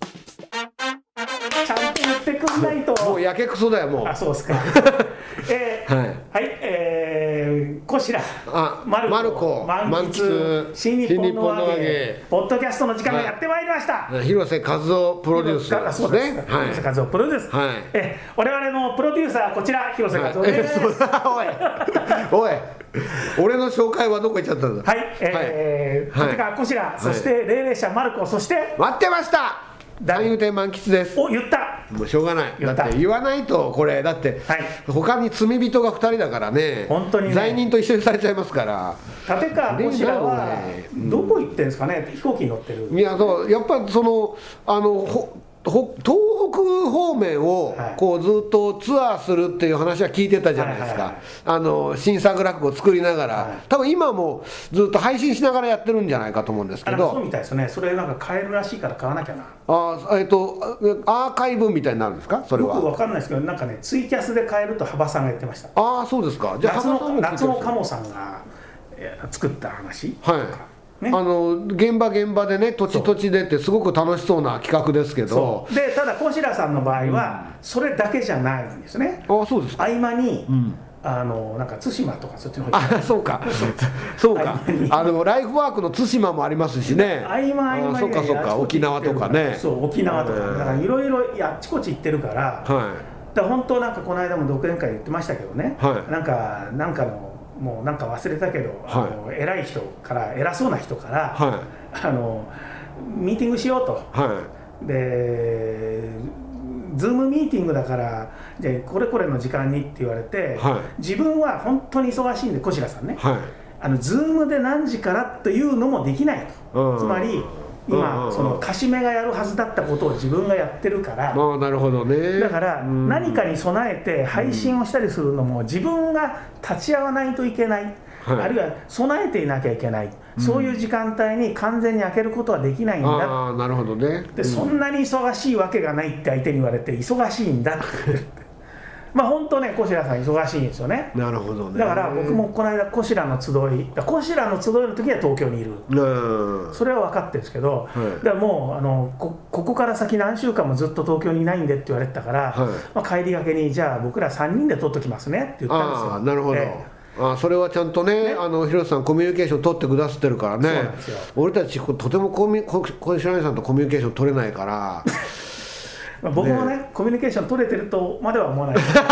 ちゃんと言ってくんないともうやけくそだよもうあそうですか えー、ははいい、えー、こちらあマルコマルコ満喫満喫新日本の新日本の和和芸芸ポッドキャストの時間がやってまいりました、広瀬和夫プロデュースあでそすうですね広瀬和夫プロデュース、はいえ我々のプロデューサーはこちら広瀬和夫はいでえす、そうはだおいおい俺の紹介はどこ行っちゃったんだい、えーはい立川こちら、いそして霊霊者マルコそして待ってました誰三遊亭満喫ですお言ったもうしょうがない言だっったて言わないとこれだって、はい他に罪人が2人だからね本当にね罪人と一緒にされちゃいますから立川こちらは霊霊どこ行ってんですかね、飛行機に乗ってるいやそうやっぱそのあのほほ東北方面をはいこうずっとツアーするっていう話は聞いてたじゃないですか、はいはいあの新作落語を作りながら、はい多分今もずっと配信しながらやってるんじゃないかと思うんですあけなんかそうどみたいですねそれなんか買えるらしいから買わなきゃなあえっとアーカイブみたいになるんですかそれ僕はわかんないですけどなんかねツイキャスで買えると幅さんが言ってましたああそうですかじゃあ夏羽生さのんも聞いて夏るのカモさんがえー作った話はい、ねあの現場現場でね土地土地でってすごく楽しそうな企画ですけどそうでただ小白さんの場合はそれだけじゃないんですね、ああそうですか合間に、あのなんか対馬とかそっちの方行ってあそうかそうか合間にあのライフワークの対馬もありますしね合間合間あにそうかそうあちこかち沖行っ縄てとるかねそう沖縄とか、だからいろいろいやあっちこっち行ってるから、はいだから本当なんかこの間も独演会言ってましたけどね、はいなんかなんかのもうなんか忘れたけど、あの偉い人から偉そうな人から、はあのミーティングしようとはでズームミーティングだからじゃあこれこれの時間にって言われて、は自分は本当に忙しいんで小白さんねい、はいあのズームで何時からというのもできないと、うんつまりうんうん今、うんそのカシメがやるはずだったことを自分がやってるから、まあなるほどねだからうん何かに備えて配信をしたりするのも自分が立ち会わないといけない、はいあるいは備えていなきゃいけない、そういう時間帯に完全に開けることはできないんだああなるほどねでそんなに忙しいわけがないって相手に言われて忙しいんだって言って まあ本当ね小白さん忙しいんですよねなるほどねだから僕もこの間小白の集いだ小白の集いの時は東京にいるうんそれは分かってるんですけど、はいでもうあのこここから先何週間もずっと東京にいないんでって言われてたから、はいまあ、帰りがけにじゃあ僕ら3人で撮っときますねって言ったんですよああなるほど、えああそれはちゃんとねねあの広瀬さんコミュニケーション取ってくださってるからねそうなんですよ俺たちこうとてもコミュこ小白井さんとコミュニケーション取れないからえまあ、僕もねコミュニケーション取れてるとまでは 思わないですけど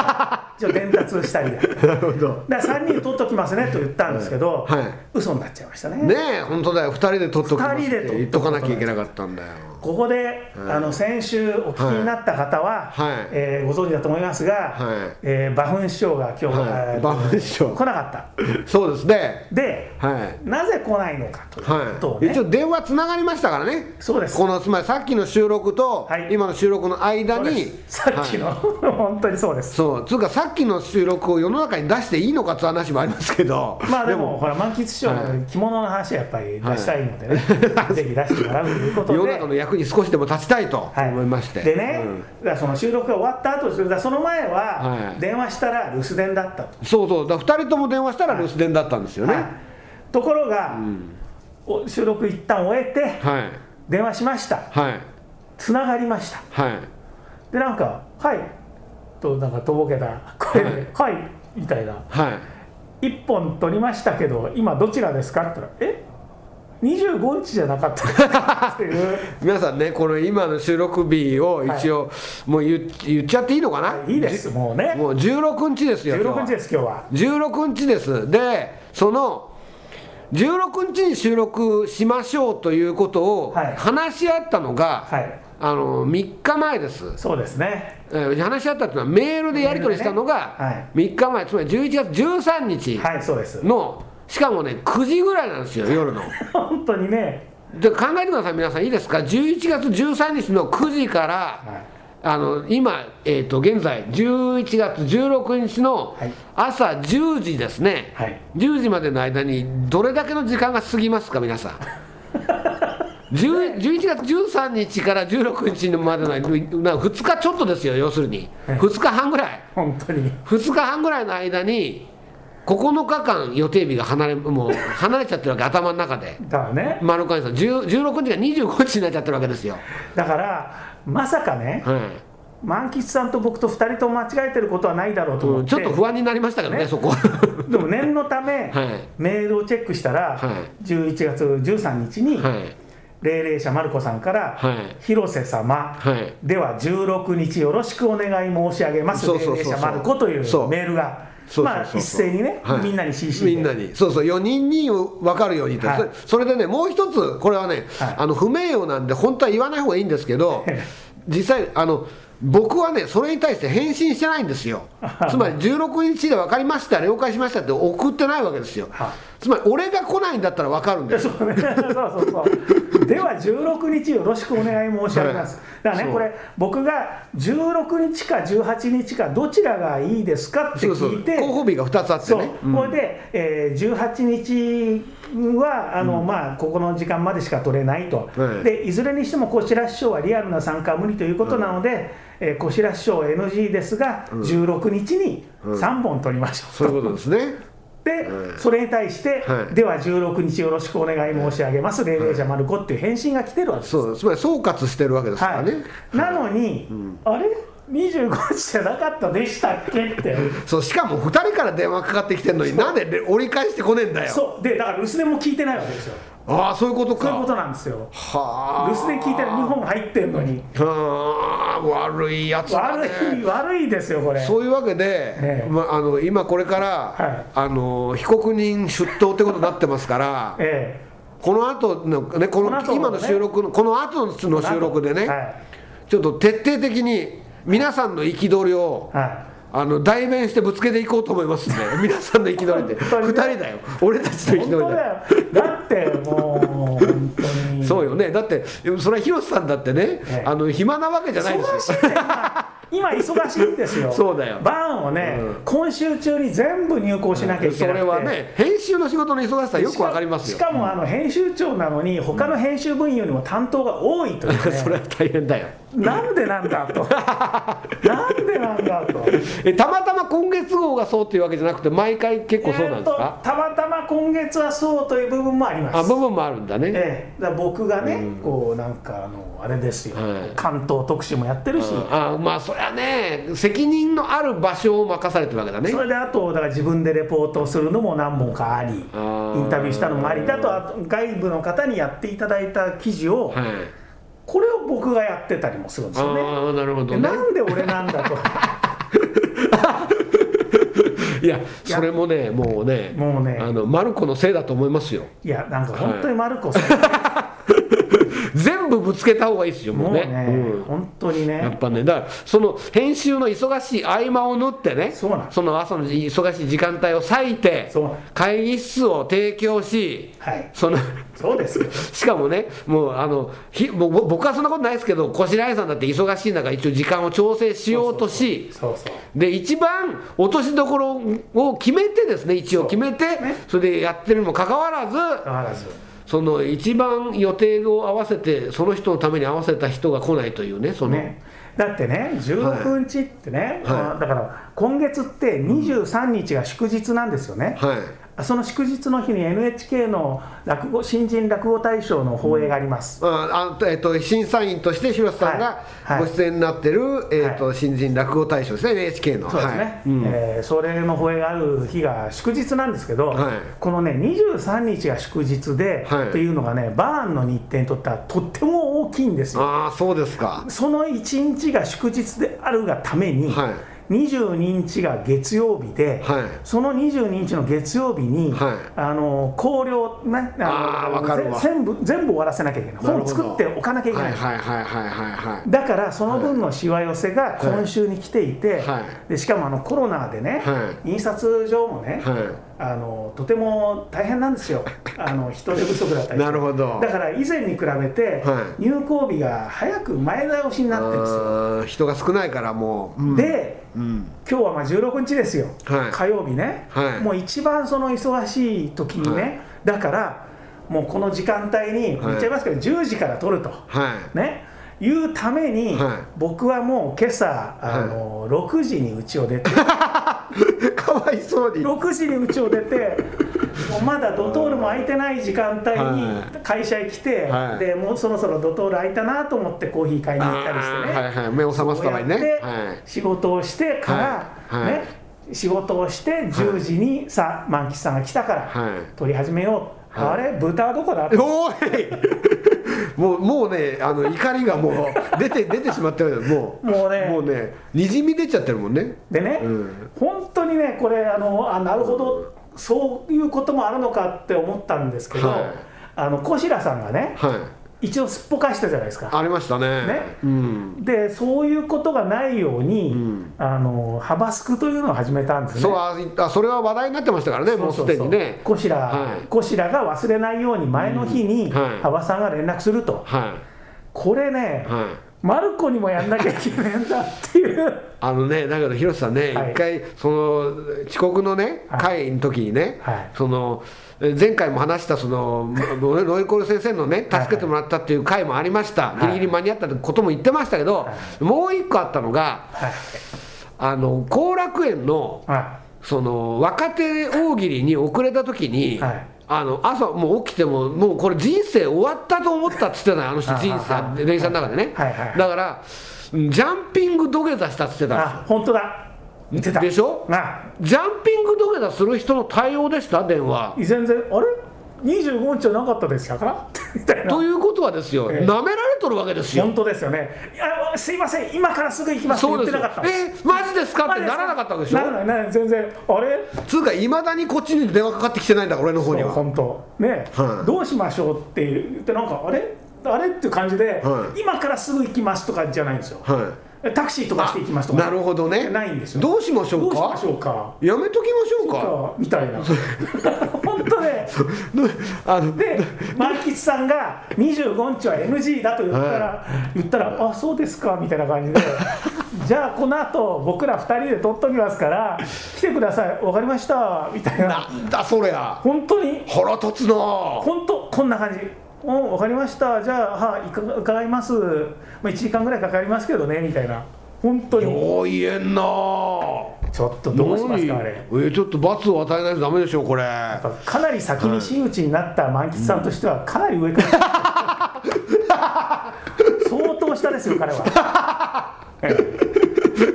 一応伝達したりでなるほどだから3人で撮っときますねと言ったんですけど、はいはい嘘になっちゃいましたねねえ本当だよ2人で取っとく二人で取っとく言っとかなきゃいけなかったんだよここで、あの先週お聞きになった方は、はいえーご存知だと思いますが、はいえー馬粉師匠が今日、はいえー馬粉師匠来なかっそうですねたではいなぜ来ないのかということはをい、ね、一応電話つながりましたからねそうですこのつまりさっきの収録とはい今の収録の間そうに、ですさっきの、 本当にそうですそうつうかさっきの収録を世の中に出していいのかって話もありますけどまあでもほら満喫師匠はの着物の話はやっぱり出したいのでね、 ぜひ出してもらうということで世の中の役に少しでも立ちたいとはい思いまして、でね、うんだからその収録が終わった後ですだからその前ははい電話したら留守電だったと、そうそうだ2人とも電話したら留守電だったんですよねはいところが、お収録一旦終えてはい電話しましたはいつながりましたはいでなんか「はい」となんかとぼけた声で「はい」みたいなはい1本取りましたけど今どちらですか?」って言ったら「え25日じゃなかったですか?」っていう 皆さんねこの今の収録日を一応、もう言っ言っちゃっていいのかな、いいですもうねもう16日ですよ今16日です今日は16日ですでその16日に収録しましょうということをはい話し合ったのが、はいあの3日前です、そうですねえー話し合ったっていうのはメールでやり取りしたのメールがで3日前つまり11月13日はいそうですのしかもね9時ぐらいなんですよ夜 の。本当にねで考えてください皆さんいいですか11月13日の9時から、はいあの今、えー、と現在11月16日のはい朝10時ですね、はい 10時までの間にどれだけの時間が過ぎますか皆さん10 11月13日から16日までの2日ちょっとですよ、要するに、はい2日半ぐらい、本当に2日半ぐらいの間に、9日間予定日が離れもう離れちゃってるわけ、頭の中で、だからね丸川さん、10 16日が25日になっちゃってるわけですよ。だからまさかねはい満吉さんと僕と2人とも間違えてることはないだろうと思うっんて、ちょっと不安になりましたけどね、ねそこは でも念のため、はいメールをチェックしたら、は11月13日いに、はい霊々者まる子さんから、はい広瀬様はいでは16日よろしくお願い申し上げます、そう霊そう々そうそう者まる子というそうメールが、そうそうそうそうまあ、一斉にね、はいみんなに CC でみんなにそうそう4人に分かるようにと、はいそれそれでねもう一つこれはね、はいあの不名誉なんで本当は言わない方がいいんですけど実際あの僕はねそれに対して返信してないんですよつまり16日で分かりました了解しましたって送ってないわけですよはいつまり俺が来ないんだったら分かるんです そうねそうそうそうでは16日よろしくお願い申し上げます、はいだからそねうこれ僕が16日か18日かどちらがいいですかってそうそう聞いて候補日が2つあってそうねこれで、えー18日はあの、まあ、ここの時間までしか取れないと、はいい、でいずれにしてもこちら師匠はリアルな参加は無理ということなので、えーこちら師匠 NG ですが、16日に3本取りましょうと、そういうことですねで、それに対して、はいでは16日よろしくお願い申し上げます、霊霊者まる子っていう返信が来てるわけです。そうつまり総括してるわけですからはね、い、なのに、あれ25日じゃなかったでしたっけって、そうしかも2人から電話かかってきてるのになんでれ折り返してこねえんだよそうでだから留守電も聞いてないわけですよ、ああそういうことかそういうことなんですよ、はあ留守電聞いてる、日本入ってるのに、はあ悪いやつだ、ね、悪い、悪いですよ、これ、そういうわけで、ええまあ、あの今これから、はいあの被告人出頭ってことになってますから、えこの後のねこのこの後のね今の収録のこの後のえ収録でね、はいちょっと徹底的に皆さんの憤りを、はあの代弁してぶつけていこうと思いますね 皆さんの憤りで本当に2ね人だよ俺たちのい、本憤当りだよだよ、だってもう、本当に。 そうよねだってそれは広瀬さんだってね、ええあの暇なわけじゃないですよ忙 しいんだよ今今忙しいんですよそうだよバーンをね、うん今週中に全部入稿しなきゃいけそなくて、れはね編集の仕事の忙しさよくわかりますよしかもあの編集長なのに他の編集部員よりも担当が多いというね それは大変だよなんでなんだ となんでなんだとえたまたま今月号がそうっていうわけじゃなくて毎回結構そうなんですえーかと、たまたま今月はそうという部分もありますあ部分もあるんだね、ええだから僕がね、こうなんかあのあれですよ、はい関東特集もやってるし、うんあまあそりゃね責任のある場所を任されてるわけだねそれであとだから自分でレポートをするのも何本かありインあータビューしたのもありだとあと外部の方にやっていただいた記事を、はいこれを僕がやってたりもするんですよね。ああなるほどでねなんで俺なんだと いやそれもねもうねもうねあのマルコのせいだと思いますよ いやなんか本当にマルコさん、全部ぶつけた方がいいですよももううねねうん本当にやっねぱね、だからその編集の忙しい合間を縫ってね、そうなんの朝の忙しい時間帯を割いてそうなん、会議室を提供し、はいその そうですよしかもね、もうあのひもうぼ僕はそんなことないですけど、越谷さんだって忙しい中、一応時間を調整しようとし、そうそうで一番落としどころを決めてですね、一応決めて、ねそれでやってるにもかかわらず、だからずその一番予定を合わせて、その人のために合わせた人が来ないというね、その。ねだってね16日ってね、はいまあだから今月って23日が祝日なんですよね、はいその祝日の日に NHK の落語新人落語大賞の放映があります、ああえっと、審査員として広瀬さんがはいごはい出演になってる、えっとは新人落語大賞ですね NHK のそうですね、はいうんえーそれの放映がある日が祝日なんですけど、はいこのね23日が祝日で、はいっていうのがねバーンの日程にとってはとっても大きいんですよああそうですかその1日が祝日であるがために、は22日が月曜日で、はいその22日の月曜日に、はいあの校了、ね、あーわのかるわぜ全部全部終わらせなきゃいけないなる本ほど作っておかなきゃいけはないい、はいはいはいはいはいだからその分のしわ寄せが今週に来ていて、はいでしかもあのコロナでね、は印刷所もね、はあのとても大変なんです よ、あの人手不足だったりしていなるほどだから以前に比べて、はい入校日が早く前倒しになってるんですよ。あー人が少ないからもう、うんで、うん今日はまあ16日ですよ、はい火曜日ね、はいもう一番その忙しい時にね、はいだから、もうこの時間帯に、はい言っちゃいますけど、10時から撮ると、はいね、いうために、はい僕はもう今朝あの、6時に家を出て、 かわいそうに6時に家を出て、もうまだドトールも空いてない時間帯には会社へ来て、はいでもうそろそろドトール空いたなと思って、コーヒー買いに行ったりしてね。あーはいはい目を覚ますためにこねうやってはい仕事をしてから、はいはいね、仕事をして10時にさ、満喫さんが来たから、はい撮り始めよう、はいあれ豚はどこだおーい もうもうねあの怒りがもう出て出てしまってるもうもうねもうねにじみ出ちゃってるもんねでね、うん本当にねこれあのあなるほどそういうこともあるのかって思ったんですけど、はいあの小白さんがねはい一応すっぽかしたじゃないですか。ありましたねねうんでそういうことがないように、うんあのハバスクというのを始めたんですね。そうああそれは話題になってましたからねもうすでにねコシラ、はいコシラが忘れないように前の日にうんはい羽場さんが連絡すると、はこれいね、はいマルコにもやんなきゃいけないんだっていう、あのねだけど広瀬さんね、はい一回その遅刻のねはい会の時にね、はいそのえ前回も話したそのロロイコール先生のねはい助けてもらったっていう会もありました、いギリギリ間に合ったことも言ってましたけど、はもう一個あったのがはいあの後楽園のはその若手大喜利に遅れた時に、はいあの朝もう起きてももうこれ人生終わったと思ったっつってたのあの人あ人あ生電車の中でね、はいはいはいだからうんジャンピング土下座したっつってい、たんですよあ本当だ、言ってた、でしょなジャンピング土下座する人の対応でした、電話。全然、あれ、25日はなかったですから みたいなと、いうことはですよ、ええなめられとるわけですよ。本当ですよね、いやすいません、今からすぐ行きますってそう言ってですなよかった。えマジですかってならなかったわけでしならょ。ないならない、全然、あれつうか、いまだにこっちに電話かかってきてないんだ、俺の方にそうは。本当ね、はいどうしましょうっていう言ってなんかあれあれっていう感じで、はい今からすぐ行きますとかじゃないんですよはタクシー飛ばしていきますとい。かなるほどね。ないんですよどうしましょどううしまかし。ょうかやめときましょうか。かみた いな本当ねあの、で満吉さんが25日は NG だと言ったら、は言ったらあそうですかみたいな感じでじゃあこの後僕ら2人で撮っときますから来てくださいわかりましたみたいななんだそりゃ。本当に腹立つなあ。本当こんな感じうん分かりましたじゃあはいいか伺います、まあ、1時間ぐらいかかりますけどねみたいな本当によう言えんなあ。ちょっとどうしますかあれ何えちょっと罰を与えないとダメでしょうこれやっぱかなり先に真打ちになった満喫さんとしてはかなり上から 相当下ですよ彼は え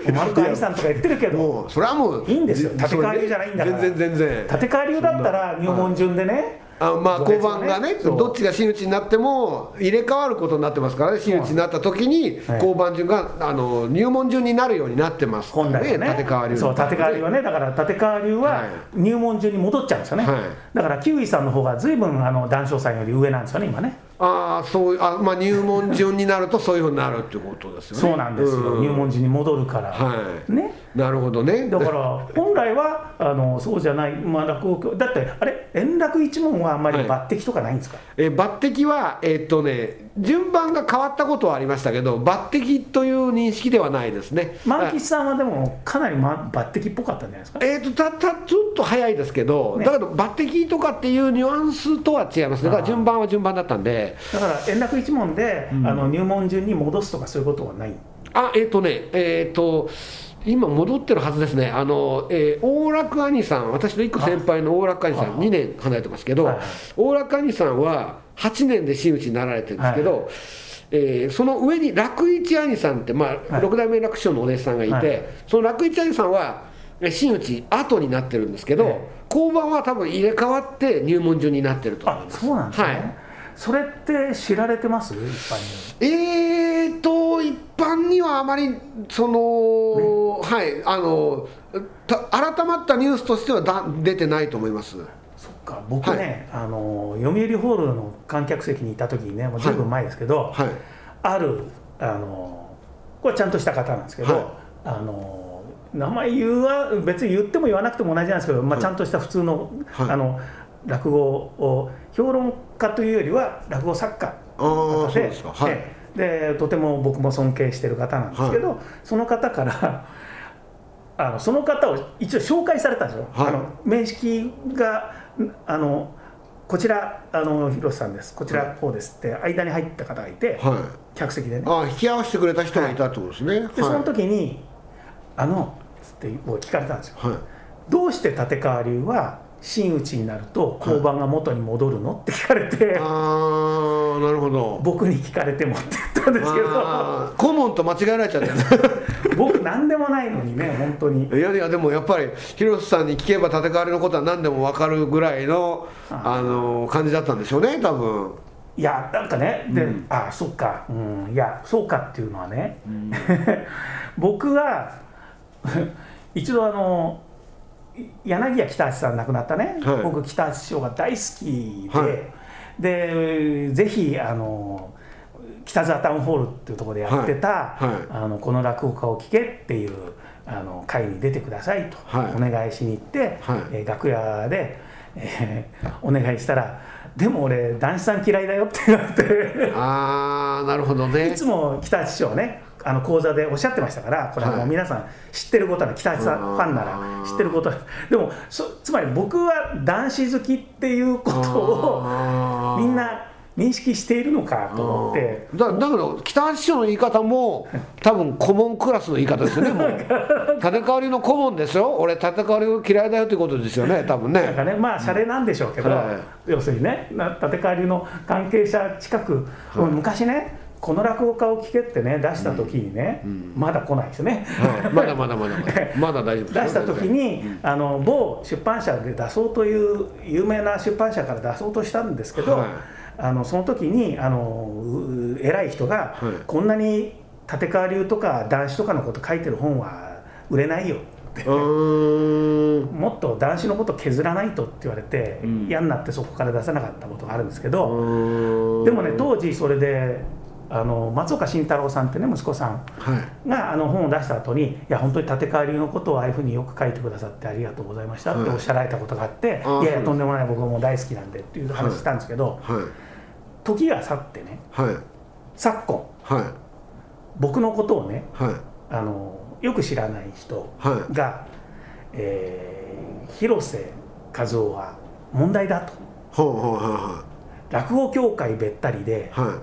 えマルコ兄さんとか言ってるけどもうそれはもういいんですよぜ立川流じゃないんだから全然全然立川流だったら入門順でねあまあそうで交すよね番がねそうどっちが真打ちになっても入れ替わることになってますからね真打ちになった時にはい交番順があの入門順になるようになってますから本来はね立川流そう立川流はねだから立川流ははい入門順に戻っちゃうんですよね、はいだからキウイさんの方がずいぶんあの談笑さんより上なんですよね今ねああそうあまあ入門順になるとそういうふうになるってことですよねそうなんですよ、入門順に戻るから、はいねなるほどねだから本来はあのそうじゃない、まあ、落語だってあれ円楽一門はあんまりはい抜擢とかないんですか、えー抜擢は、えーっとね、順番が変わったことはありましたけど、抜擢という認識ではないですね。満吉さんはでもかなり、ま、抜擢っぽかったんじゃないですかえー、とたたちょっと早いですけど、ねだけど抜擢とかっていうニュアンスとは違いますね、だかあらー順番は順番だったんで、だから円楽一門で、あの入門順に戻すとかそういうことはないあえっ、とね、えっ、と、今、戻ってるはずですね、あの、えー大楽兄さん、私の1個先輩の大楽兄さあん、2年離れてますけどはい、大楽兄さんは8年で真打ちになられてるんですけど、えーその上に楽一兄さんって、まあ、はい六代目楽師匠のお弟子さんがいて、はいその楽一兄さんはえー真打ち後になってるんですけど、え交番は多分入れ替わって入門順になってると思いあます。そうなんですね、はいそれって知られてます一般にえーと一般にはあまりその、はいあのた改まったニュースとしてはだ出てないと思いますそっか僕ね、あの読売ホールの観客席にいた時にねもうはいずいぶん前ですけど、はいあるあのこれはちゃんとした方なんですけど、はいあの名前言うは別に言っても言わなくても同じなんですけど、まあ、ちゃんとした普通の,、はいあの落語を評論家というよりは落語作家ああーそうでですかはいええでとても僕も尊敬してる方なんですけど、その方からあのその方を一応紹介されたんですよ、はいあの面識があのこちらあの広瀬さんですこちらこうですって間に入った方がいて、はい客席でねあ引き合わせてくれた人がいたってことですね、はい、でその時に「あの」つって僕聞かれたんですよはい「どうして立川流は真打ちになると交番が元に戻るの?」って聞かれてああなるほど僕に聞かれてもって言ったんですけどあー顧問と間違えられちゃった 僕何でもないのにね本当にいやいやでもやっぱり広瀬さんに聞けば立て替わりのことは何でも分かるぐらいのあの感じだったんでしょうね多分いやなんかねで、あそっかうんいやそうかっていうのはね、 僕は 一度あの柳家北橋さん亡くなったね、はい僕北橋師匠が大好きで、はでぜひあの北沢タウンホールっていうところでやってた、はいはいあのこの落語家を聞けっていうあの会に出てくださいとはいお願いしに行って、はいえー楽屋で、えーお願いしたら「でも俺男子さん嫌いだよ」ってなってああなるほどいねつも北橋師匠はねあの講座でおっしゃってましたからこれはもはうい皆さん知ってることな北橋さんうんファンなら知ってることなでもそつまり僕は男子好きっていうことあをーみんな認識しているのかと思ってだだけど北橋師匠の言い方も多分顧問クラスの言い方ですよ ねもう立て替わりの顧問ですよ俺立て替わりを嫌いだよってことですよね多分なんねかねまあシャレなんでしょうけど、うんはい要するにねな立川流の関係者近く、うん昔ねこの落語家を聞けってね出した時にね、まだ来ないですね、はいまだまだまだまだまだ大丈夫で す出よした時に、あの某出版社で出そうという有名な出版社から出そうとしたんですけど、はいあのその時にあのう偉い人が、はいこんなに立川流とか男子とかのこと書いてる本は売れないよってうーんもっと男子のこと削らないとって言われて、嫌になってそこから出さなかったことがあるんですけうど、ー んでもね当時それであの松岡慎太郎さんってね息子さんはいがあの本を出した後に「いや本当に立川流のことをああいうふうによく書いてくださってありがとうございました」っておっしゃられたことがあって「あいやいあそうやですとんでもない僕はもう大好きなんで」っていう話したんですけど、はい時が去ってねはい昨今はい僕のことをねはいあのよく知らない人はが、えー広瀬和夫は問題だとほうほうは落語協会べったりでい、はい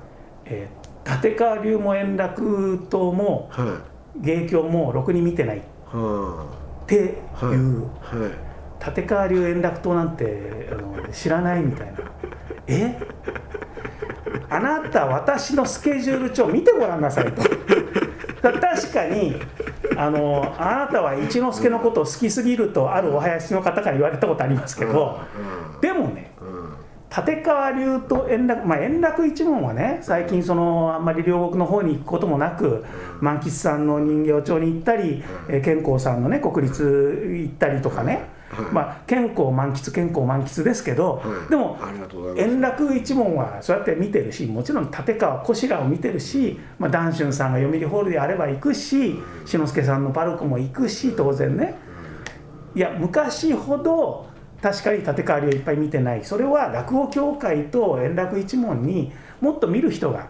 えー立川流も円楽党もはいはい芸協もろくに見てないっはていう、あはいはい立川流円楽党なんてあの知らないみたいなえあなた私のスケジュール帳見てごらんなさいとだ確かにあのあなたは一之輔のことを好きすぎるとあるお囃子の方から言われたことありますけどでもねうん立川流と円楽、まあ、円楽一門はね最近そのあんまり両国の方に行くこともなく万吉さんの人形町に行ったり、えー健康さんのね国立行ったりとかね、まあ、健康満喫健康満喫ですけど、はいでもありがとうございます円楽一門はそうやって見てるしもちろん立川こしらを見てるし、まあ、談春さんが読売ホールであれば行くし志の輔さんのパルコも行くし当然ねいや昔ほど確かに立川流をいっぱい見てないそれは落語協会と円楽一門にもっと見る人が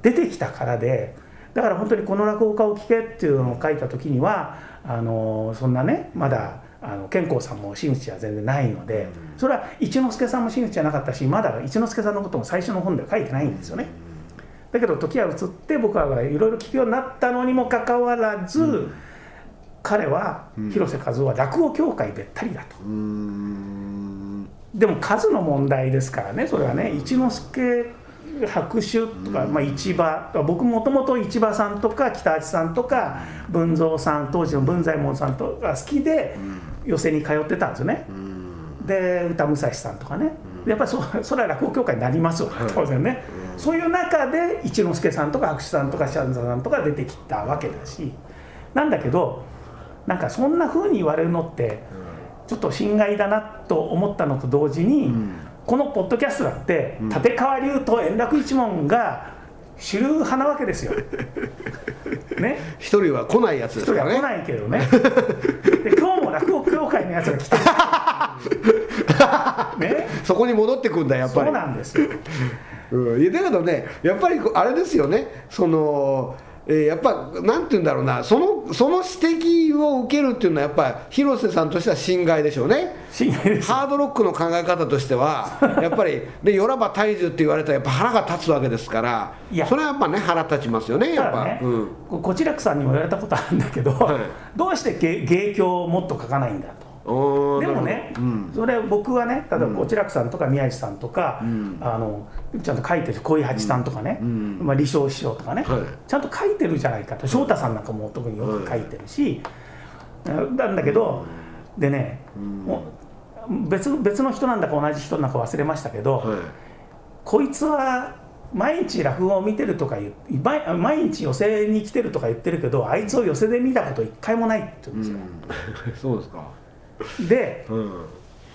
出てきたからでだから本当にこの落語家を聞けっていうのを書いた時にはあのそんなねまだあの健康さんも真打ちは全然ないのでそれは一之輔さんも真打ちじゃなかったしまだ一之輔さんのことも最初の本では書いてないんですよね。だけど時は移って僕はいろいろ聞くようになったのにもかかわらず、彼は広瀬和夫は落語協会べったりだと。うーんでも数の問題ですからねそれはね一之輔白秋とか、まあ、市場僕もともと市場さんとか北橋さんとか文蔵さん当時の文左衛門さんとか好きで寄席に通ってたんですよね、で歌武蔵さんとかねでやっぱりそ それは落語協会になりますわ当然ね、そういう中で一之輔さんとか白秋さんとか三味線さんとか出てきたわけだしなんだけどなんかそんな風に言われるのって、ちょっと心外だなと思ったのと同時に、このポッドキャストだって、立川流と円楽一門が主流派なわけ ですよ。ね、一人は来ないやつで一す人かはらね来ないけどね。で今日も落語協会のやつが 来た。ね、そこに戻ってくんだやっそぱりうなんですよ。うんいやだけどねやっぱりこうあれですよねそのえーやっぱなんて言うんだろうなそのその指摘を受けるっていうのはやっぱ広瀬さんとしては心外でしょうね心外ですハードロックの考え方としてはやっ ぱりでよらば体重って言われたらやっぱ腹が立つわけですからいやそれはやっぱね腹立ちますよねやたっぱ、だね、うん、ここちらくさんにも言われたことあるんだけど、はいどうして芸芸協をもっと書かないんだと。おでーもね、なるほどうんそれ僕はね、例えばこちらくさんとか宮地さんとか、あのちゃんと書いてる小井八さんとかね、うんまあ、李承師匠とかね、はいちゃんと書いてるじゃないかと、翔太さんなんかも特によく書いてるし、なんだけど、でね、もう別別の人なんだか同じ人なんか忘れましたけど、はいこいつは毎日落語を見てるとか言う毎毎日寄席に来てるとか言ってるけどあいつを寄席で見たこと一回もないって言うんですよ、うん そうですか、でうん、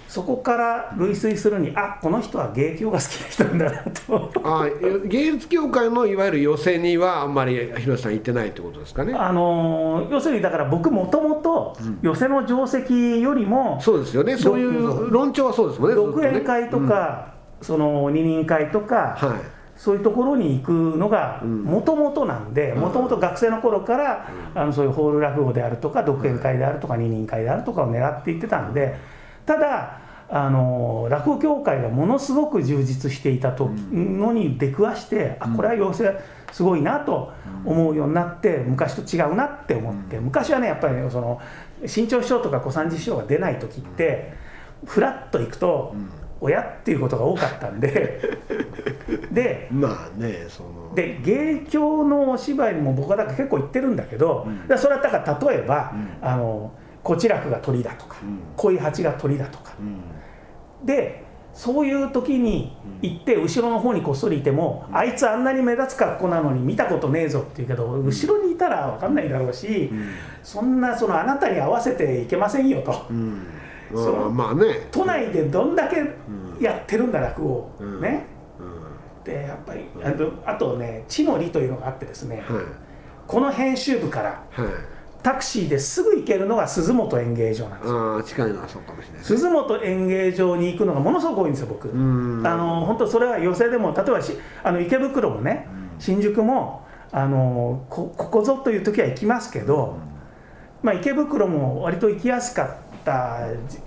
そこから類推するにあこの人は芸協が好きな人なんだなと あ芸術協会のいわゆる寄席にはあんまり広瀬さん行ってないってことですかねあのー要するにだから僕もともと寄席の定石よりもそうですよねそういう論調はそうですもんねずっと独ね演会とか、その二人会とか、はいそういうところに行くのがうんもともとなんでもともと学生の頃から、あのそういうホール落語であるとか独演会であるとか二人会であるとかを狙っていってたんでただあの落語協会がものすごく充実していたとのに出くわして、あこれは要請すごいなと思うようになって昔と違うなって思って、昔はねやっぱりねその新潮師匠とか小三治師匠が出ない時って、フラッと行くと、親っていうことが多かったんで でまあねそので芸協のお芝居も僕はだから結構行ってるんだけど、うんだからそれはだから例えば、うあのこちらくが鳥だとか、うん恋八が鳥だとかうんでそういう時に行って後ろの方にこっそりいても、あいつあんなに目立つ格好なのに見たことねえぞって言うけど後ろにいたら分かんないだろうし、そんなそのあなたに合わせていけませんよと。うんそまあのまあね都内でどんだけやってるんだ落語を、うんねうんでやっぱりあとあとね地の利というのがあってですね、はいこの編集部からはいタクシーですぐ行けるのが鈴本演芸場なんですよああ近いのはそうかもしれないです鈴本演芸場に行くのがものすごく多いんですよ僕、んあの本当それは寄席でも例えばしあの池袋もね、新宿もあのこここぞという時は行きますけど、まあ、池袋も割と行きやすかった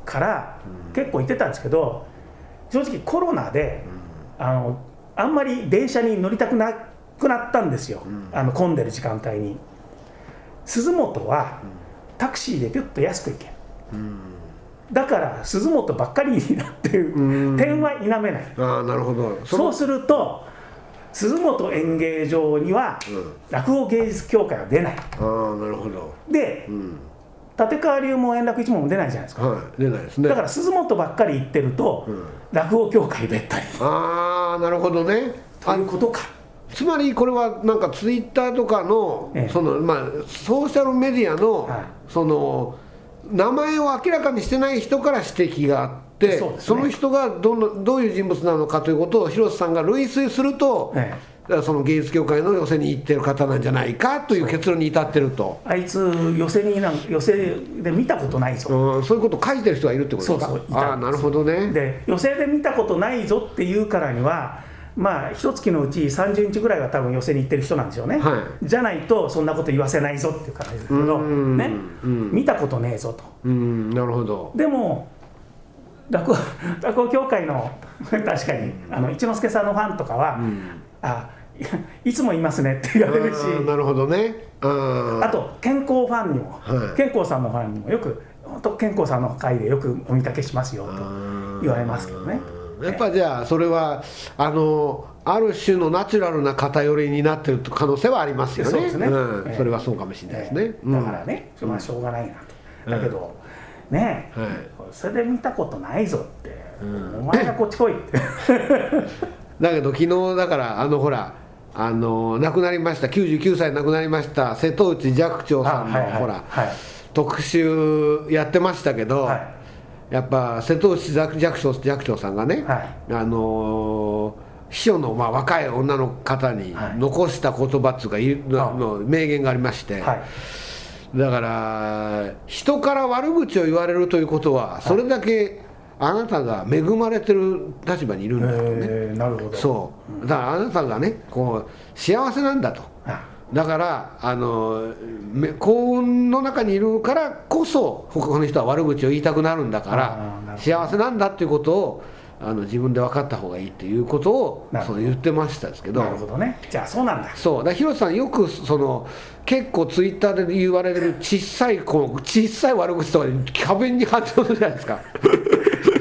から結構行ってたんですけど正直コロナで、あのあんまり電車に乗りたくなくなったんですよ、あの混んでる時間帯に鈴本はタクシーでピュッと安く行けるだから鈴本ばっかりになってるうん点は否めないああなるほどそのうすると鈴本演芸場にはうん落語芸術協会は出ないああなるほどでうん立川流も円楽一門も出ないじゃないですかはい出ないですねだから鈴本ばっかり行ってるとうん落語協会べったりああなるほどねとあいうことかつまりこれはなんかツイッターとかの,、ええそのまあ、ソーシャルメディアの,、はいその名前を明らかにしてない人から指摘があってそうですねの人がどのどういう人物なのかということを広瀬さんが類推すると、えその芸術協会の寄せに行ってる方なんじゃないかという結論に至ってるとあいつ寄席になん寄席で見たことないぞうんそういうことを書いてる人がいるってことですかそうそういたんですああなるほどねで寄席で見たことないぞっていうからにはまあ一月のうち30日ぐらいは多分寄席に行ってる人なんでしょうね、はじゃないとそんなこと言わせないぞっていう感じですけど、うんねうん見たことねえぞとうんなるほどでも落語 落語協会の 確かにあの一之輔さんのファンとかは「あいやいつもいますね」って言 われるしあーなるほどねああと健康ファンにも、はい健康さんのファンにもよく「本当健康さんの会でよくお見かけしますよ」と言われますけどね。やっぱじゃあそれはあのある種のナチュラルな偏りになってる可能性はありますよねそうですねうんええそれはそうかもしれないですね、ええだからね、まあしょうがないなと、だけど、ねえ、はいそれで見たことないぞって、お前がこっち来い って、うんだけど昨日だからあのほらあの亡くなりました99歳亡くなりました瀬戸内寂聴さんの、あはいはいほら、はい特集やってましたけど、はやっぱ瀬戸内寂寂聴寂聴さんがね、はいあのー秘書のまあ若い女の方にはい残した言葉っていうかいあの名言がありまして、はい、だから人から悪口を言われるということはそれだけあなたが恵まれてる立場にいるんだとね、えーなるほど、そうだからあなたがねこう幸せなんだとあだからあのめ幸運の中にいるからこそ他の人は悪口を言いたくなるんだかあーならるほど幸せなんだっていうことをあの自分で分かった方がいいっていうことをなるほそどう言ってましたですけどなるほどねじゃあそうなんだそうだから広瀬さんよくその結構ツイッターで言われる小さいこう小さい悪口とかで壁に貼ってるじゃないですか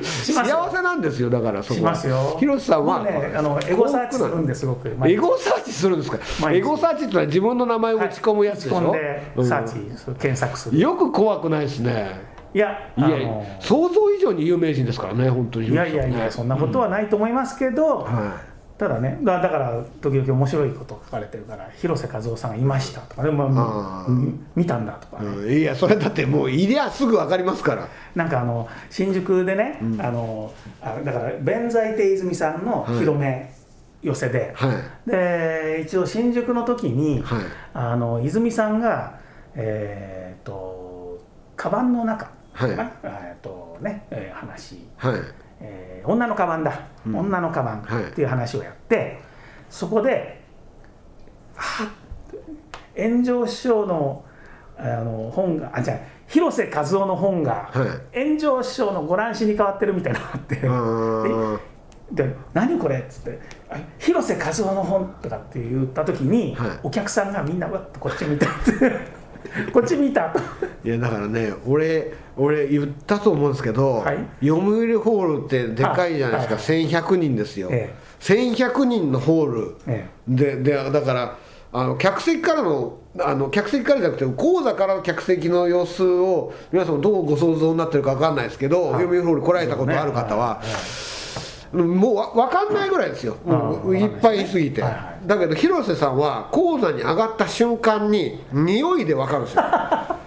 しますよ幸せなんですよだからそこしますよ広瀬さんは、僕ねあのエゴサーチするんですごく毎エ日ゴサーチするんですか毎日エゴサーチってのは自分の名前を打ち込むやつでしはいょ、打ち込うんんでサーチする検索するよく怖くないですねいやいあやの想像以上に有名人ですからね本当にいやいやいやそんなことはないと思いますけどはただねだだから時々面白いこと書かれてるから広瀬和夫さんがいましたとかでもあーうん見たんだとかい、うんいやそれだってもういりゃすぐ分かりますからなんかあの新宿でね、あのあだから弁財天泉さんの広め寄せで、はいで一応新宿の時に、はいあの泉さんがえっ、とカバンの中かな、はいえっとね、えー話、はいえー女のカバンだ、うん女のカバンはいっていう話をやって、そこではっ炎上師匠のあの本があじゃ広瀬和夫の本が、は炎上師匠のご乱視に変わってるみたいなのがあっていうんで「何これ?」っつってあ「広瀬和夫の本」とかって言った時に、はいお客さんがみんなわっとこっち見た って「こっち見た」といやだからね俺俺言ったと思うんですけど、はい読売ホールってでかいじゃないですか、1100人ですよ、え1100人のホール、えででだからあの客席からのあの客席からじゃなくて講座からの客席の様子を皆さんどうご想像になってるか分かんないですけど、はい読売ホール来られたことある方は、もうわ分かんないぐらいですよ、うんもううんいっぱいいすぎて、はいはだけど広瀬さんは講座に上がった瞬間に匂いで分かるんです よ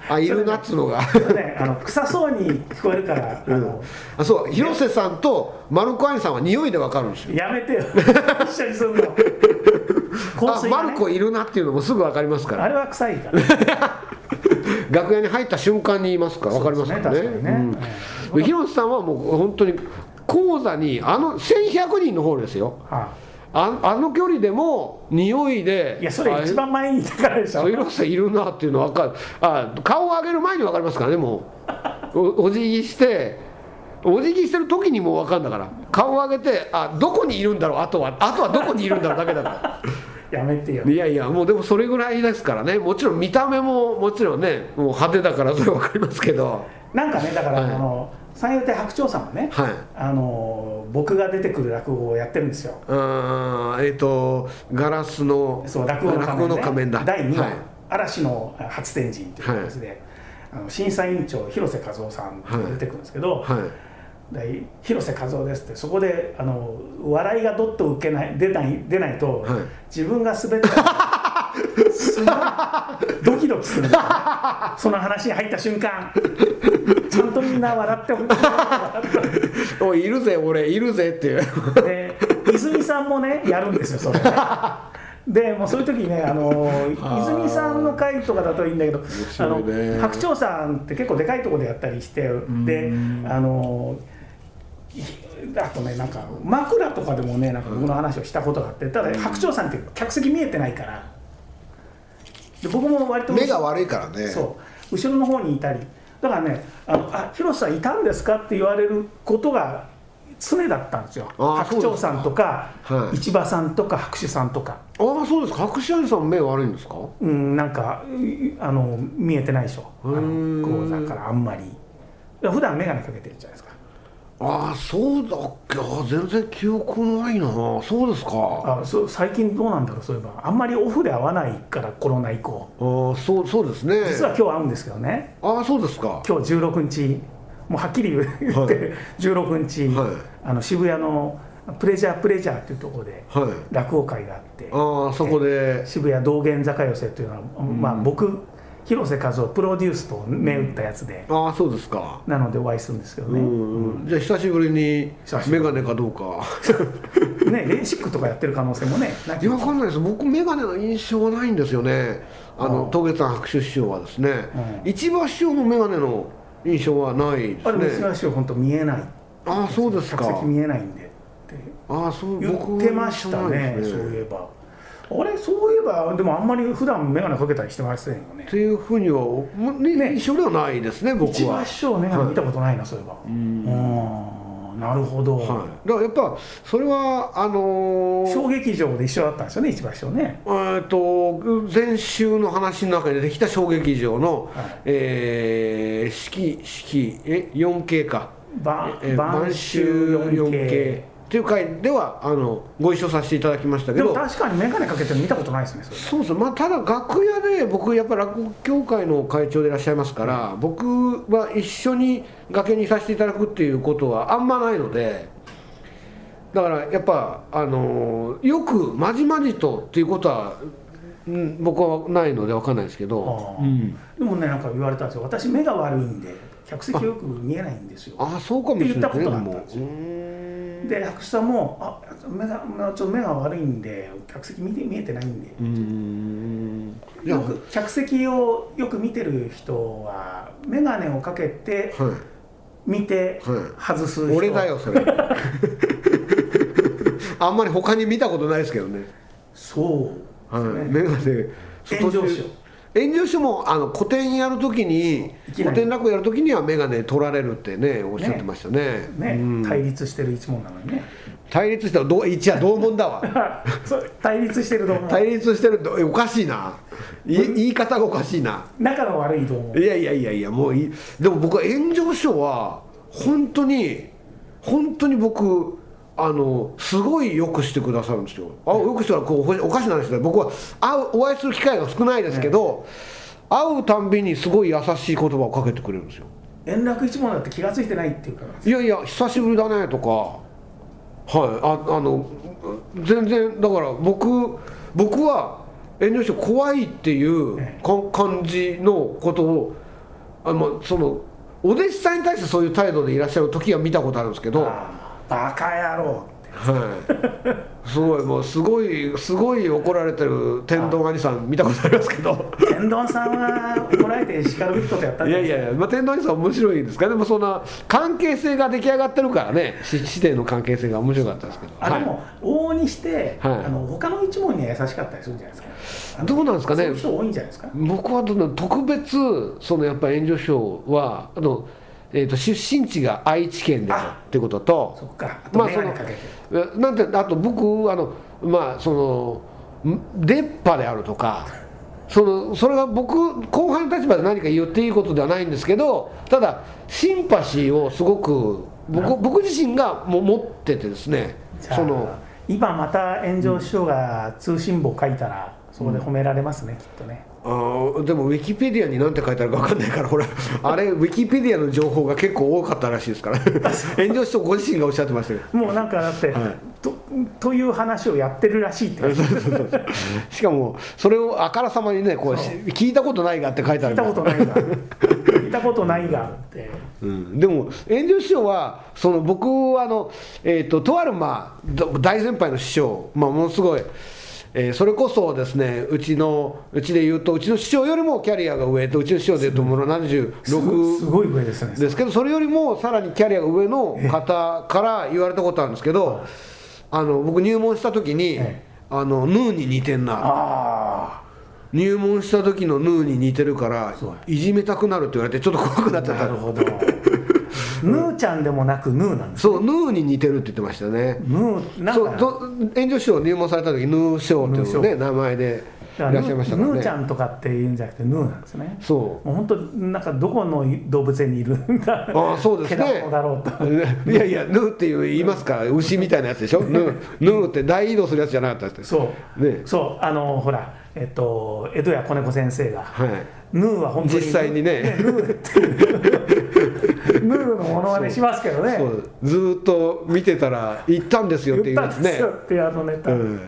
あいるなっつうのが。ねあの臭そうに聞こえるからあのあそう広瀬さんとマルコ・アニさんは匂いでわかるんですよやめ てよ一緒にすんの香あ水マがルねコいるなっていうのもすぐわかりますかあられは臭いからね楽屋に入った瞬間に言いますからわかりますからねそうですね確かにねうんで広瀬さんはもう本当に講座にあの1100人のホールですよはああの距離でも匂いでいいやそれ一番前にいたからでしあょれ広瀬さんいるなっていうのわかるあ顔を上げる前にわかりますからねもうおお辞儀してお辞儀してる時にもうわかるんだから顔を上げてあどこにいるんだろうあとはあとはどこにいるんだろうだけだからやめてよいやいや、もうでもそれぐらいですからね、もちろん見た目ももちろんね、もう派手だからそれわかりますけど、なんかねだから、はいあの三遊亭白鳥さんはね、はいあの僕が出てくる落語をやってるんですようーん、えっ、と、ガラスの、そう落語の仮面,、ね、落語仮面だ、第2話、はい嵐の初天神というやつで、あの審査委員長広瀬和夫さんが出てくるんですけど、はい、で広瀬和夫ですってそこであの笑いがどっと受けない出ない出ないと、はい自分が滑ったらすごいドキドキするんだよねその話に入った瞬間ちゃんとみんな笑ってほしいおい、いるぜ、俺、いるぜって いう、で泉さんもねやるんですよそれでもうそういう時にねあのあー泉さんの回とかだといいんだけど、あ白のいね白鳥さんって結構でかいところでやったりしてであのいあとねなんか枕とかでもねなんか僕の話をしたことがあってただ白鳥さんって客席見えてないからで僕も割と目が悪いからねそう後ろの方にいたりだからね「あのあ広瀬さんいたんですか?」って言われることが常だったんですよあー白鳥さんとかそうです市場さんとか白手さんとかああ、そうですか、隠し味さん、目悪いんですか、うんなんかいあの見えてないでしょあうーのん講座からあんまりだから普段眼鏡かけてるじゃないですかああ、そうだっけ、あー全然記憶ないな、そうですか、ああそう最近どうなんだろうそういえばあんまりオフで会わないからコロナ以降あ、そうそうですね、実は今日会うんですけどねああ、そうですか、今日16日もうはっきり言って、はい16日、はいあの渋谷のプレジャープレジャーっていうところではい、落語会があってああ、そこで、渋谷道玄坂寄せというのは、まあ、僕広瀬和夫プロデュースと銘打ったやつで、ああ、そうですか。なのでお会いするんですけどう ね,、んうんじゃあ久しぶりに久しぶメりガネかどうかねレーシックとかやってる可能性もねないやわかんないです僕メガネの印象はないんですよねあのあ峠さん白手師匠はですね、うん一番師匠もメガネの印象はないあでれすね珍しい本当見えないああそうですか客席見えないんでってああそう言ってましたね印象そないでうすいえば俺そういえばでもあんまり普段眼鏡かけたりしてませんよねっていうふうには、もねね一緒ではないですね僕一は番師匠眼鏡見たことないな、そういえばうんなるほど、はい、だからやっぱそれはあのー小劇場で一緒だったんですよね一番師匠ねえー、と前週の話の中に出てきた小劇場の、はいえー式式え 4K か、晩えー晩秋 4K っていう回ではあのご一緒させていただきましたけでもど確かに眼鏡かけてるの見たことないですねそれそうですねまあただ楽屋で僕やっぱ落語協会の会長でいらっしゃいますから僕は一緒に崖にさせていただくっていうことはあんまないのでだからやっぱあのーよくまじまじとっていうことは、うん、僕はないのでわかんないですけどあーあ、うん、でもねなんか言われたんですよ私目が悪いんで客席よく見えないんですよあーそうかもしれなってい言ったことがあったんですでもうーんで白さんも「あ目がちょっと目が悪いんで客席見て見えてないんでうーん」じゃよあく客席をよく見てる人は眼鏡をかけてはい見ては外す人、俺だよ それあんまり他に見たことないですけどねそう、はねい、眼鏡で炎上師匠炎上師匠もあの古典やるときにいきな古り典落語やるときには眼鏡取られるってねおっしゃってましたねねうん対立してる一問なのにね 対立したらどう一夜同門だわそう対立してると思う対立してるとえおかしいない言い方がおかしいな仲の悪いと思いやいやいやいやもういいでも僕は炎上師匠は本当に本当に僕あのすごいよくしてくださるんですよあよくしたらこうおおかしな話だ僕は会うお会いする機会が少ないですけど、会うたんびにすごい優しい言葉をかけてくれるんですよう円楽一問だって気が付いてないっていうからいやいや久しぶりだねとかはいああの全然だから僕僕は炎上して怖いっていうええか感じのことをあまあそのお弟子さんに対してそういう態度でいらっしゃる時は見たことあるんですけど、はあーバカ野郎ってい、すごいもうすごいすごい怒られてる天童兄さん見たことありますけど。天丼さんは怒られて叱るべきことやったん いじゃやないいやいや、まあ、天童兄さん面白いですかでもそんな関係性が出来上がってるからねし師弟の関係性が面白かったですけどあでも、往々にして、はいあの他の一問には優しかったりするんじゃないですかどうなんですかねそういう人多いんじゃないですか僕はどんな特別そのやっぱ炎上賞はあの、えー、と出身地が愛知県でああるってこととそっかあとまあ眼鏡かけて、えなんてあと僕あのまあそのん出っ歯であるとかそのそれが僕後半の立場で何か言っていいことではないんですけどただシンパシーをすごく僕僕自身がも持っててですねじゃあその今また炎上師匠が通信簿書いたら、そこで褒められますねきっとねあーでもウィキペディアに何て書いてあるか分かんないからほらあれウィキペディアの情報が結構多かったらし いですから炎上師匠ご自身がおっしゃってましたけどもうなんかだって、はいとという話をやってるらしいってそうそうそうそうしかもそれをあからさまにねこうし聞いたことないがって書いてあ聞いるたんですことないが 聞いたことないがってうん、でも炎上師匠はその僕はあの、えー、ととある、まあ、ど大先輩の師匠、まあ、ものすごい、えーそれこそですねうちのうちで言うとうちの師匠よりもキャリアが上とうちの師匠で言うともうすごす76ごい上ですねですけどそれよりもさらにキャリアが上の方から言われたことあるんですけどあの僕入門した時にええ「あのヌーに似てんな」あ入門した時のヌーに似てるからそういじめたくなるって言われてちょっと怖くあなっちゃっなたる ほどヌーちゃんでもなくヌーなんですそうヌーに似てるって言ってましたねヌーなんそうかど炎上師匠入門された時ヌー師匠という、ね、名前でいだかららっしゃいましたかヌらーちゃねんとかっていうんじゃなくてヌーなんですねそうもう本当なんかどこの動物園にいるんだああそうですね毛玉だろうと いやいやヌーっていう言いますから牛みたいなやつでしょヌーヌーって大移動するやつじゃなかったですそう、ねそうあのほらえっと江戸谷子猫先生が、はいヌーは本当に実際にねヌーっていうヌーのものまねしますけどねそうずーっと見てたら行ったんですよっ言ていっうたやんつですねよっていうあのネタ、うん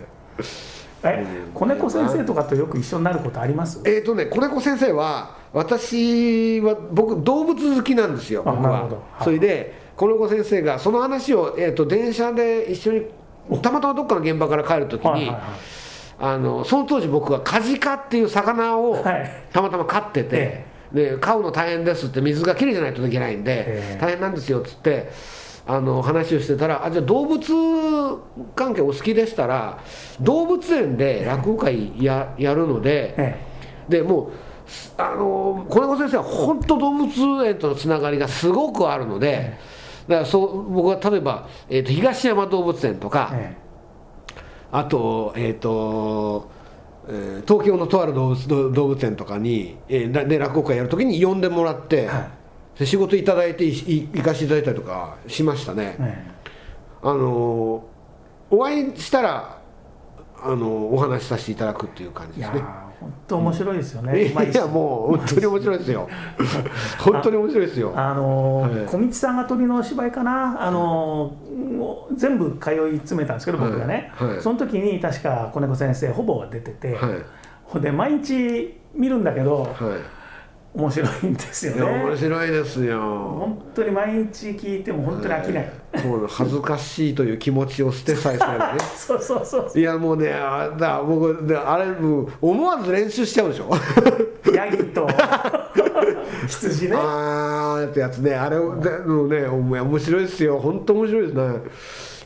え子猫先生とかとよく一緒になることありますえーとね、コネコ先生は私は僕動物好きなんですよあ僕なるはほどはいそれでコネコ先生がその話を、えー、と電車で一緒にたまたまどっかの現場から帰る時に、はいはいはいあのその当時僕はカジカっていう魚をはいたまたま飼ってて、えで飼うの大変ですって水がきれいじゃないといけないんで、ええ大変なんですよっつってあの話をしてたら「あじゃあ動物関係お好きでしたら動物園で落語会ややるので」えでもうすあの小猫先生は本当動物園とのつながりがすごくあるので、だからそう僕は例えば、えー、と東山動物園とか、えあと,、えーとえー東京のとある動物動動物園とかに、えーらね、落語会やるときに呼んでもらって、はで仕事いただいていい行かせていただいたりとかしましたね。ええあのーお会いしたらあのーお話しさせていただくっていう感えじいでやすね。ー本当面白いですよね、うまいいしやもう本当に面白いです よ本当に面白いですよあのーはい小道さんが鳥のお芝居かな、あのーもう全部通い詰めたんですけど、僕がね、はいはいその時に確か子猫先生、ほぼ出てて、はいほんで毎日見るんだけど、は面白いんですよいいや面ね。白いですよ本当に毎日聞いても本当に飽きない、えーそう恥ずかしいという気持ちを捨てさえすればねそうそうそうそいやもうねあだ僕であれもう思わず練習しちゃうでし ょうヤギ と羊ねあーってやつねあれをでもうねお前面白いですよ本当面白いですね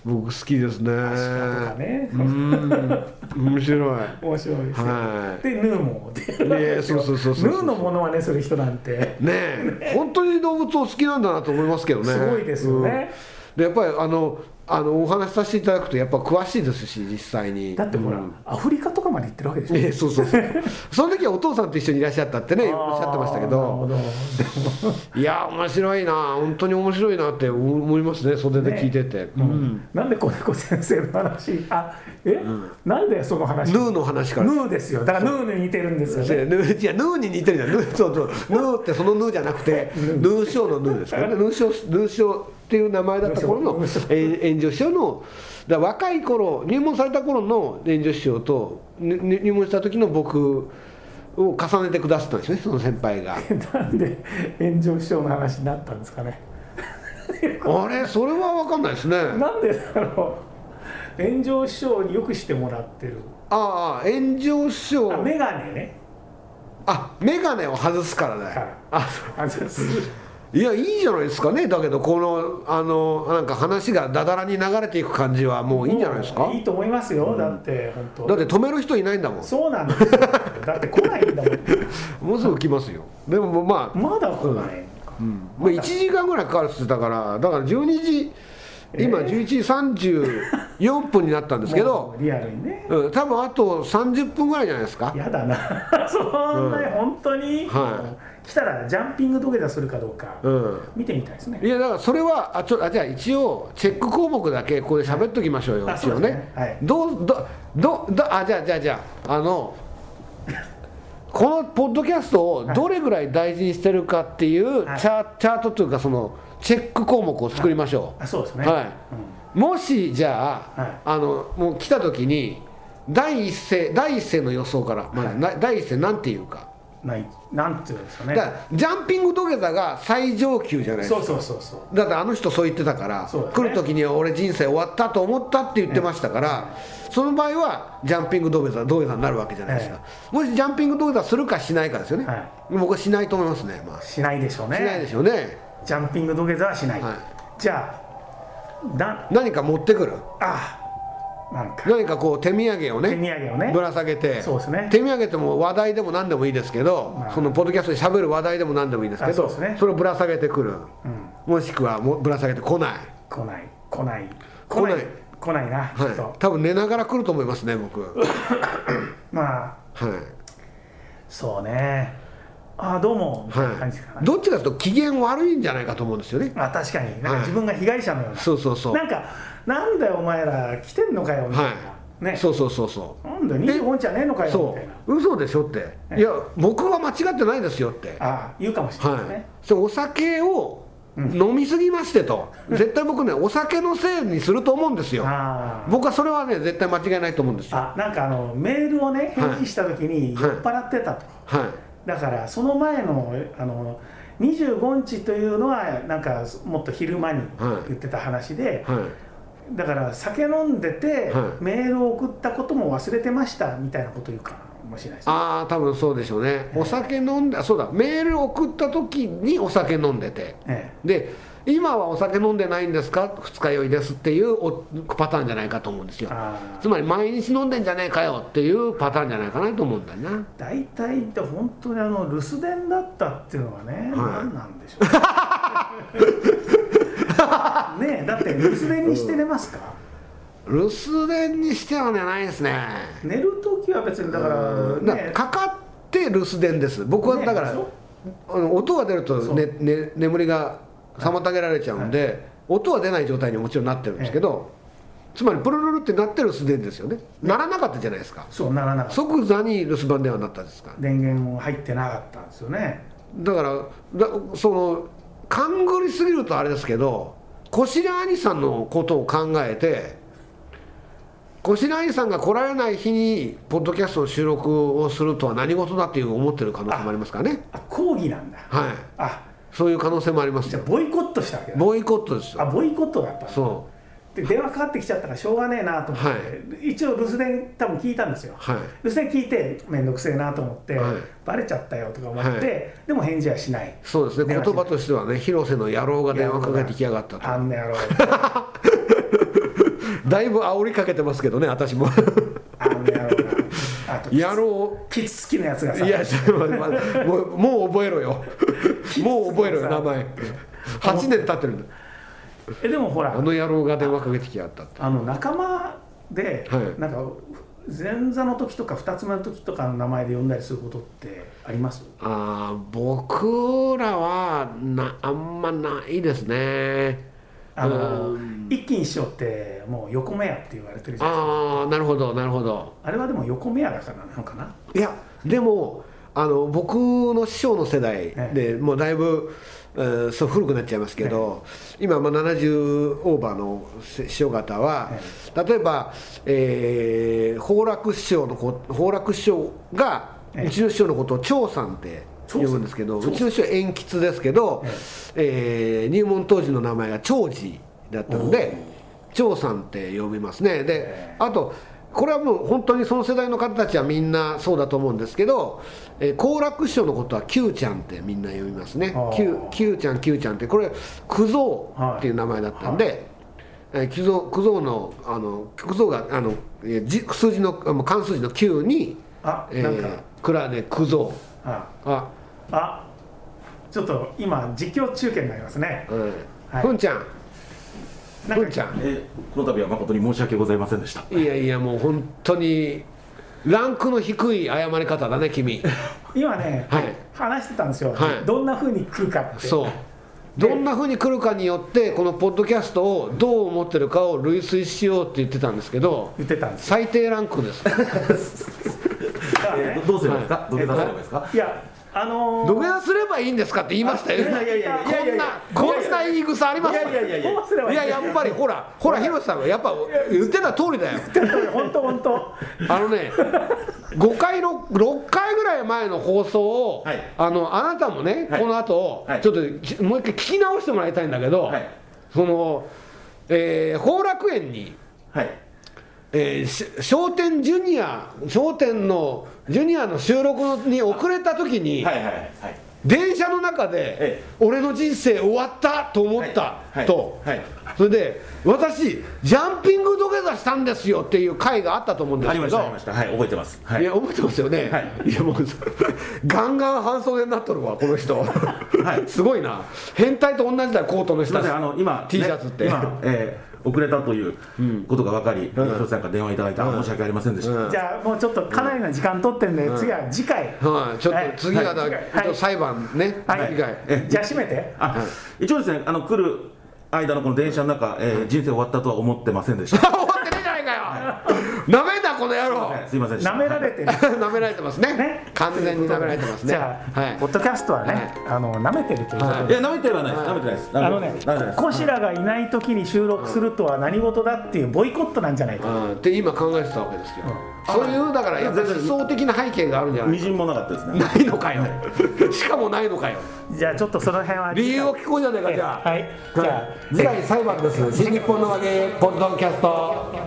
僕好きですね鹿とかねうん面白い面白いですよ、はいでヌーも出るわけですねよそうそうそうそうヌーのものはねする人なんてねえ本当に動物を好きなんだなと思いますけどねすごいですよね、うんでやっぱりあのあのお話しさせていただくとやっぱ詳しいですし実際にだってほら、うんアフリカとかまで行ってるわけでしょええそうそうそうその時はお父さんと一緒にいらっしゃったってねおっしゃってましたけあーどなるほどいや面白いな本当に面白いなって思いますね袖で聞いてて、うでもん なんで子猫先生の話あえ、なんでその話ヌーの話からヌーですよだからヌーに似てるんですよいやねヌーいやヌーに似てるじゃんヌーそうそうヌーってそのヌーじゃなくてヌーショーのヌーですからねヌーショーヌーショーっていう名前だった頃のヌーショえ炎上師匠のだから若い頃入門された頃の炎上師匠とにに入門した時の僕を重ねてくださったんですよねその先輩が なんで炎上師匠の話になったんですかねあれそれは分かんないですねなんでだろう炎上師匠によくしてもらってるああ炎上師匠あ眼鏡 ねあ眼鏡を外すからだよああそうそういやいいじゃないですかねだけどこのあのなんか話がだだらに流れていく感じはもういいんじゃないですかもういいと思いますよ、だって本当だって止める人いないんだもんそうなんですよだって来ないんだもうすぐ来ますよでももうまあもんまだ来ない、うんまあ1時間ぐらいかかるって言ってたからだから12時今えー11時34分になったんですけもど、うリアルにねうん、多分あと30分ぐらいじゃないですかやだな そんなに本当に、は来たらジャンピング土下座するかどうか、うん見てみたいですねいやだからそれはあちょあじゃあ一応チェック項目だけここで喋っときましょうよ、はい一あ応そうですねねはいどうどどどあじゃあじゃあじゃああのこのポッドキャストをどれぐらい大事にしてるかっていうチはいャ,、チャートというかそのチェック項目を作りましょあそうですう、ね、はいうんもしじゃあ,、はいあのもう来た時に第一声第一声の予想からまず、な第一声なんていうかないなんていうんですかねだからジャンピング土下座が最上級じゃないですかそうそうそうそうだってあの人そう言ってたから、そうだね来る時には俺人生終わったと思ったって言ってましたから、その場合はジャンピング土下座土下座になるわけじゃないですか、もしジャンピング土下座するかしないかですよね、はい僕はしないと思いますね、まあ、ししないでしょうねないでしょうねジャンピング土下座はしない、はいじゃあだ何か持ってくるあなんか何かこう手土産を手土ね産をねぶら下げてそうですね手土産ってもう話題でも何でもいいですけど、まあそのポッドキャストで喋る話題でも何でもいいですけあそどうですねれをぶら下げてくる、うんもしくはもうぶら下げてこない、来ない来ない来ない来ないなちょっと、はい、多分寝ながら来ると思いますね僕はいまあそうねああどうもみたいなは感じかな、い、どっちかというと機嫌悪いんじゃないかと思うんですよねあ確かになんはいか自分が被害者のような、そうそうそう、なんかなんだよお前ら来てんのかよみたいな、はねそうそうそうそなんだよ25日じゃねえのかうよそみたいなう嘘でしょって、いや僕は間違ってないですよってああ言うかもしれないですね、はいそれお酒を飲みすぎましてと、絶対僕ねお酒のせいにすると思うんですよああ僕はそれはね絶対間違いないと思うんですよあなんかあのメールをね返事した時には酔いっ払ってたと、はいだからその前のあの25日というのはなんかもっと昼間にはい言ってた話で、はいだから酒飲んでて、はいメールを送ったことも忘れてましたみたいなこと言うかもしれないですねああ多分そうでしょうねお酒飲んだそうだメール送った時にお酒飲んでてえで今はお酒飲んでないんですか二日酔いですっていうおパターンじゃないかと思うんですよあつまり毎日飲んでんじゃねえかよっていうパターンじゃないかなと思うんだよな大体って本当にあの留守電だったっていうのはね、何なんでしょ うねねえだって留守電にして寝ますか、留守電にしてはねないですね寝る時は別にだからだねかかって留守電です僕はだから、ねそうあの音が出ると、ねね、眠りが妨げられちゃうんで、音は出ない状態にもちろんなってるんですけど、つまりプルルルってなってる留守電ですよねならなかったじゃないですかそうならなかった即座に留守番電話になったんですから電源も入ってなかったんですよねだからだその勘ぐりすぎるとあれですけど小白兄さんのことを考えて小白兄さんが来られない日にポッドキャストの収録をするとは何事だっていう思ってる可能性もありますからねあ抗議なんだはいあそういう可能性もありますじゃよあボイコットしたわけだボイコットですあよボイコットだったんだそうで電話かかってきちゃったからしょうがねえなと思って、は一応留守電多分聞いたんですよはい留守電聞いて面倒くせえなと思って、はいバレちゃったよとか思って、はでも返事はしないそうですね電言話し葉としてはね広瀬の野郎が電話かけてきやがったあとんな野郎 だいぶ煽りかけてますけどね私もあんな野郎があと野郎キツツキのやつがさいや、ちょっと待ってもうもう覚えろよ。もう覚えろよ、名前。8年経ってるんだ。えでもほらあの野郎が電話かけてきやがったって。あの仲間で、はいなんか前座の時とか二つ目の時とかの名前で呼んだりすることってありますあー僕らはなあんまないですね。あの、うん一気にしようってもう横目やって言われてるじゃないですかああ、なるほど、なるほど。あれはでも横目やだからなのかないや、でも、あの僕の師匠の世代で、もうだいぶ、えーそう古くなっちゃいますけど、今、まあ、70オーバーの師匠方は、例えば、えー崩落師匠のこ崩落師匠が、ええうちの師匠のことを長さんって呼ぶんですけど、長さんうちの師匠は鉛筆ですけど、えー入門当時の名前が長治だったので長さんって呼びますねで、えあとこれはもう本当にその世代の方たちはみんなそうだと思うんですけど好、えー、好楽師匠のことは「Q ちゃん」ってみんな呼びますねあー「Q, Q ちゃん Q ちゃん」ってこれ九蔵っていう名前だったんで、えー九蔵九蔵のあの九蔵があのえーじ数字のあもう漢数字の「Q に」あえなんーか、蔵で九蔵あああちょっと今実況中継になりますねうん、はいふんちゃんなんふかんちゃんえーこの度は誠に申し訳ございませんでしたいやいやもう本当にランクの低い謝り方だね君今ね、はい話してたんですよ、はいどんなふうに来るかってそうどんなふうに来るかによってこのポッドキャストをどう思ってるかを類推しようって言ってたんですけど言ってたんです最低ランクですだからえねー、どどうすればいいですか、土下座すればいいですかいやあのー土下座すればいいんですかって言いましたよいやいやいやいやいやいやこんなこんな言い草ありますいやいやいやいどうすればいいいややっぱりほらほら広瀬さんがやっぱ言ってた通りだよ 本当本当あのね、5回の6回ぐらい前の放送を、はいあのあなたもね、はいこの後、はいちょっときもう一回聞き直してもらいたいんだけど、はいその、えー後楽園に、はいえーし商店ジュニア、商店のジュニアの収録に遅れた時に、はいはいはい電車の中で、え俺の人生終わったと思った、はいと、はいそれで私ジャンピング土下座したんですよっていう回があったと思うんですあけりど、ましたありましたはい覚えてますはいいや覚えてますよね、、はいやもうガンガン半袖になっとるわこの人、い すごいな変態と同じだよコートのす下みませんあの今 T シャツってね今、えー遅れたということが分かり、えー広瀬さんから電話いただいた、申し訳ありませんでした、じゃあもうちょっとかなりな時間取ってんで、次は次回はい、ちょっと次はだ、はいちょっと裁判ね、はい次回えじゃあ閉めてあ、一応ですねあの来る間のこの電車の中、えー人生終わったとは思ってませんでした 終わってねえじゃないかよなめんなこの野郎はいすいませんでした 舐められてる、 なめられてますねね完全になめられてますねじゃあ、はいポッドキャストはね、はいあの舐めてるということで、はいや舐めてはないです舐めてないですあ舐のめてねないで、すコシラがいない時に収録するとは何事だっていうボイコットなんじゃないか。うんって今考えてたわけですよ、そういうだからやっぱり思想的な背景があるんじゃないみじんもなかったですねないのかよしかもないのかよじゃあちょっとその辺は理由を聞こうじゃないかじゃあはい。じゃあ次回裁判です新日本の和芸ポッドキャスト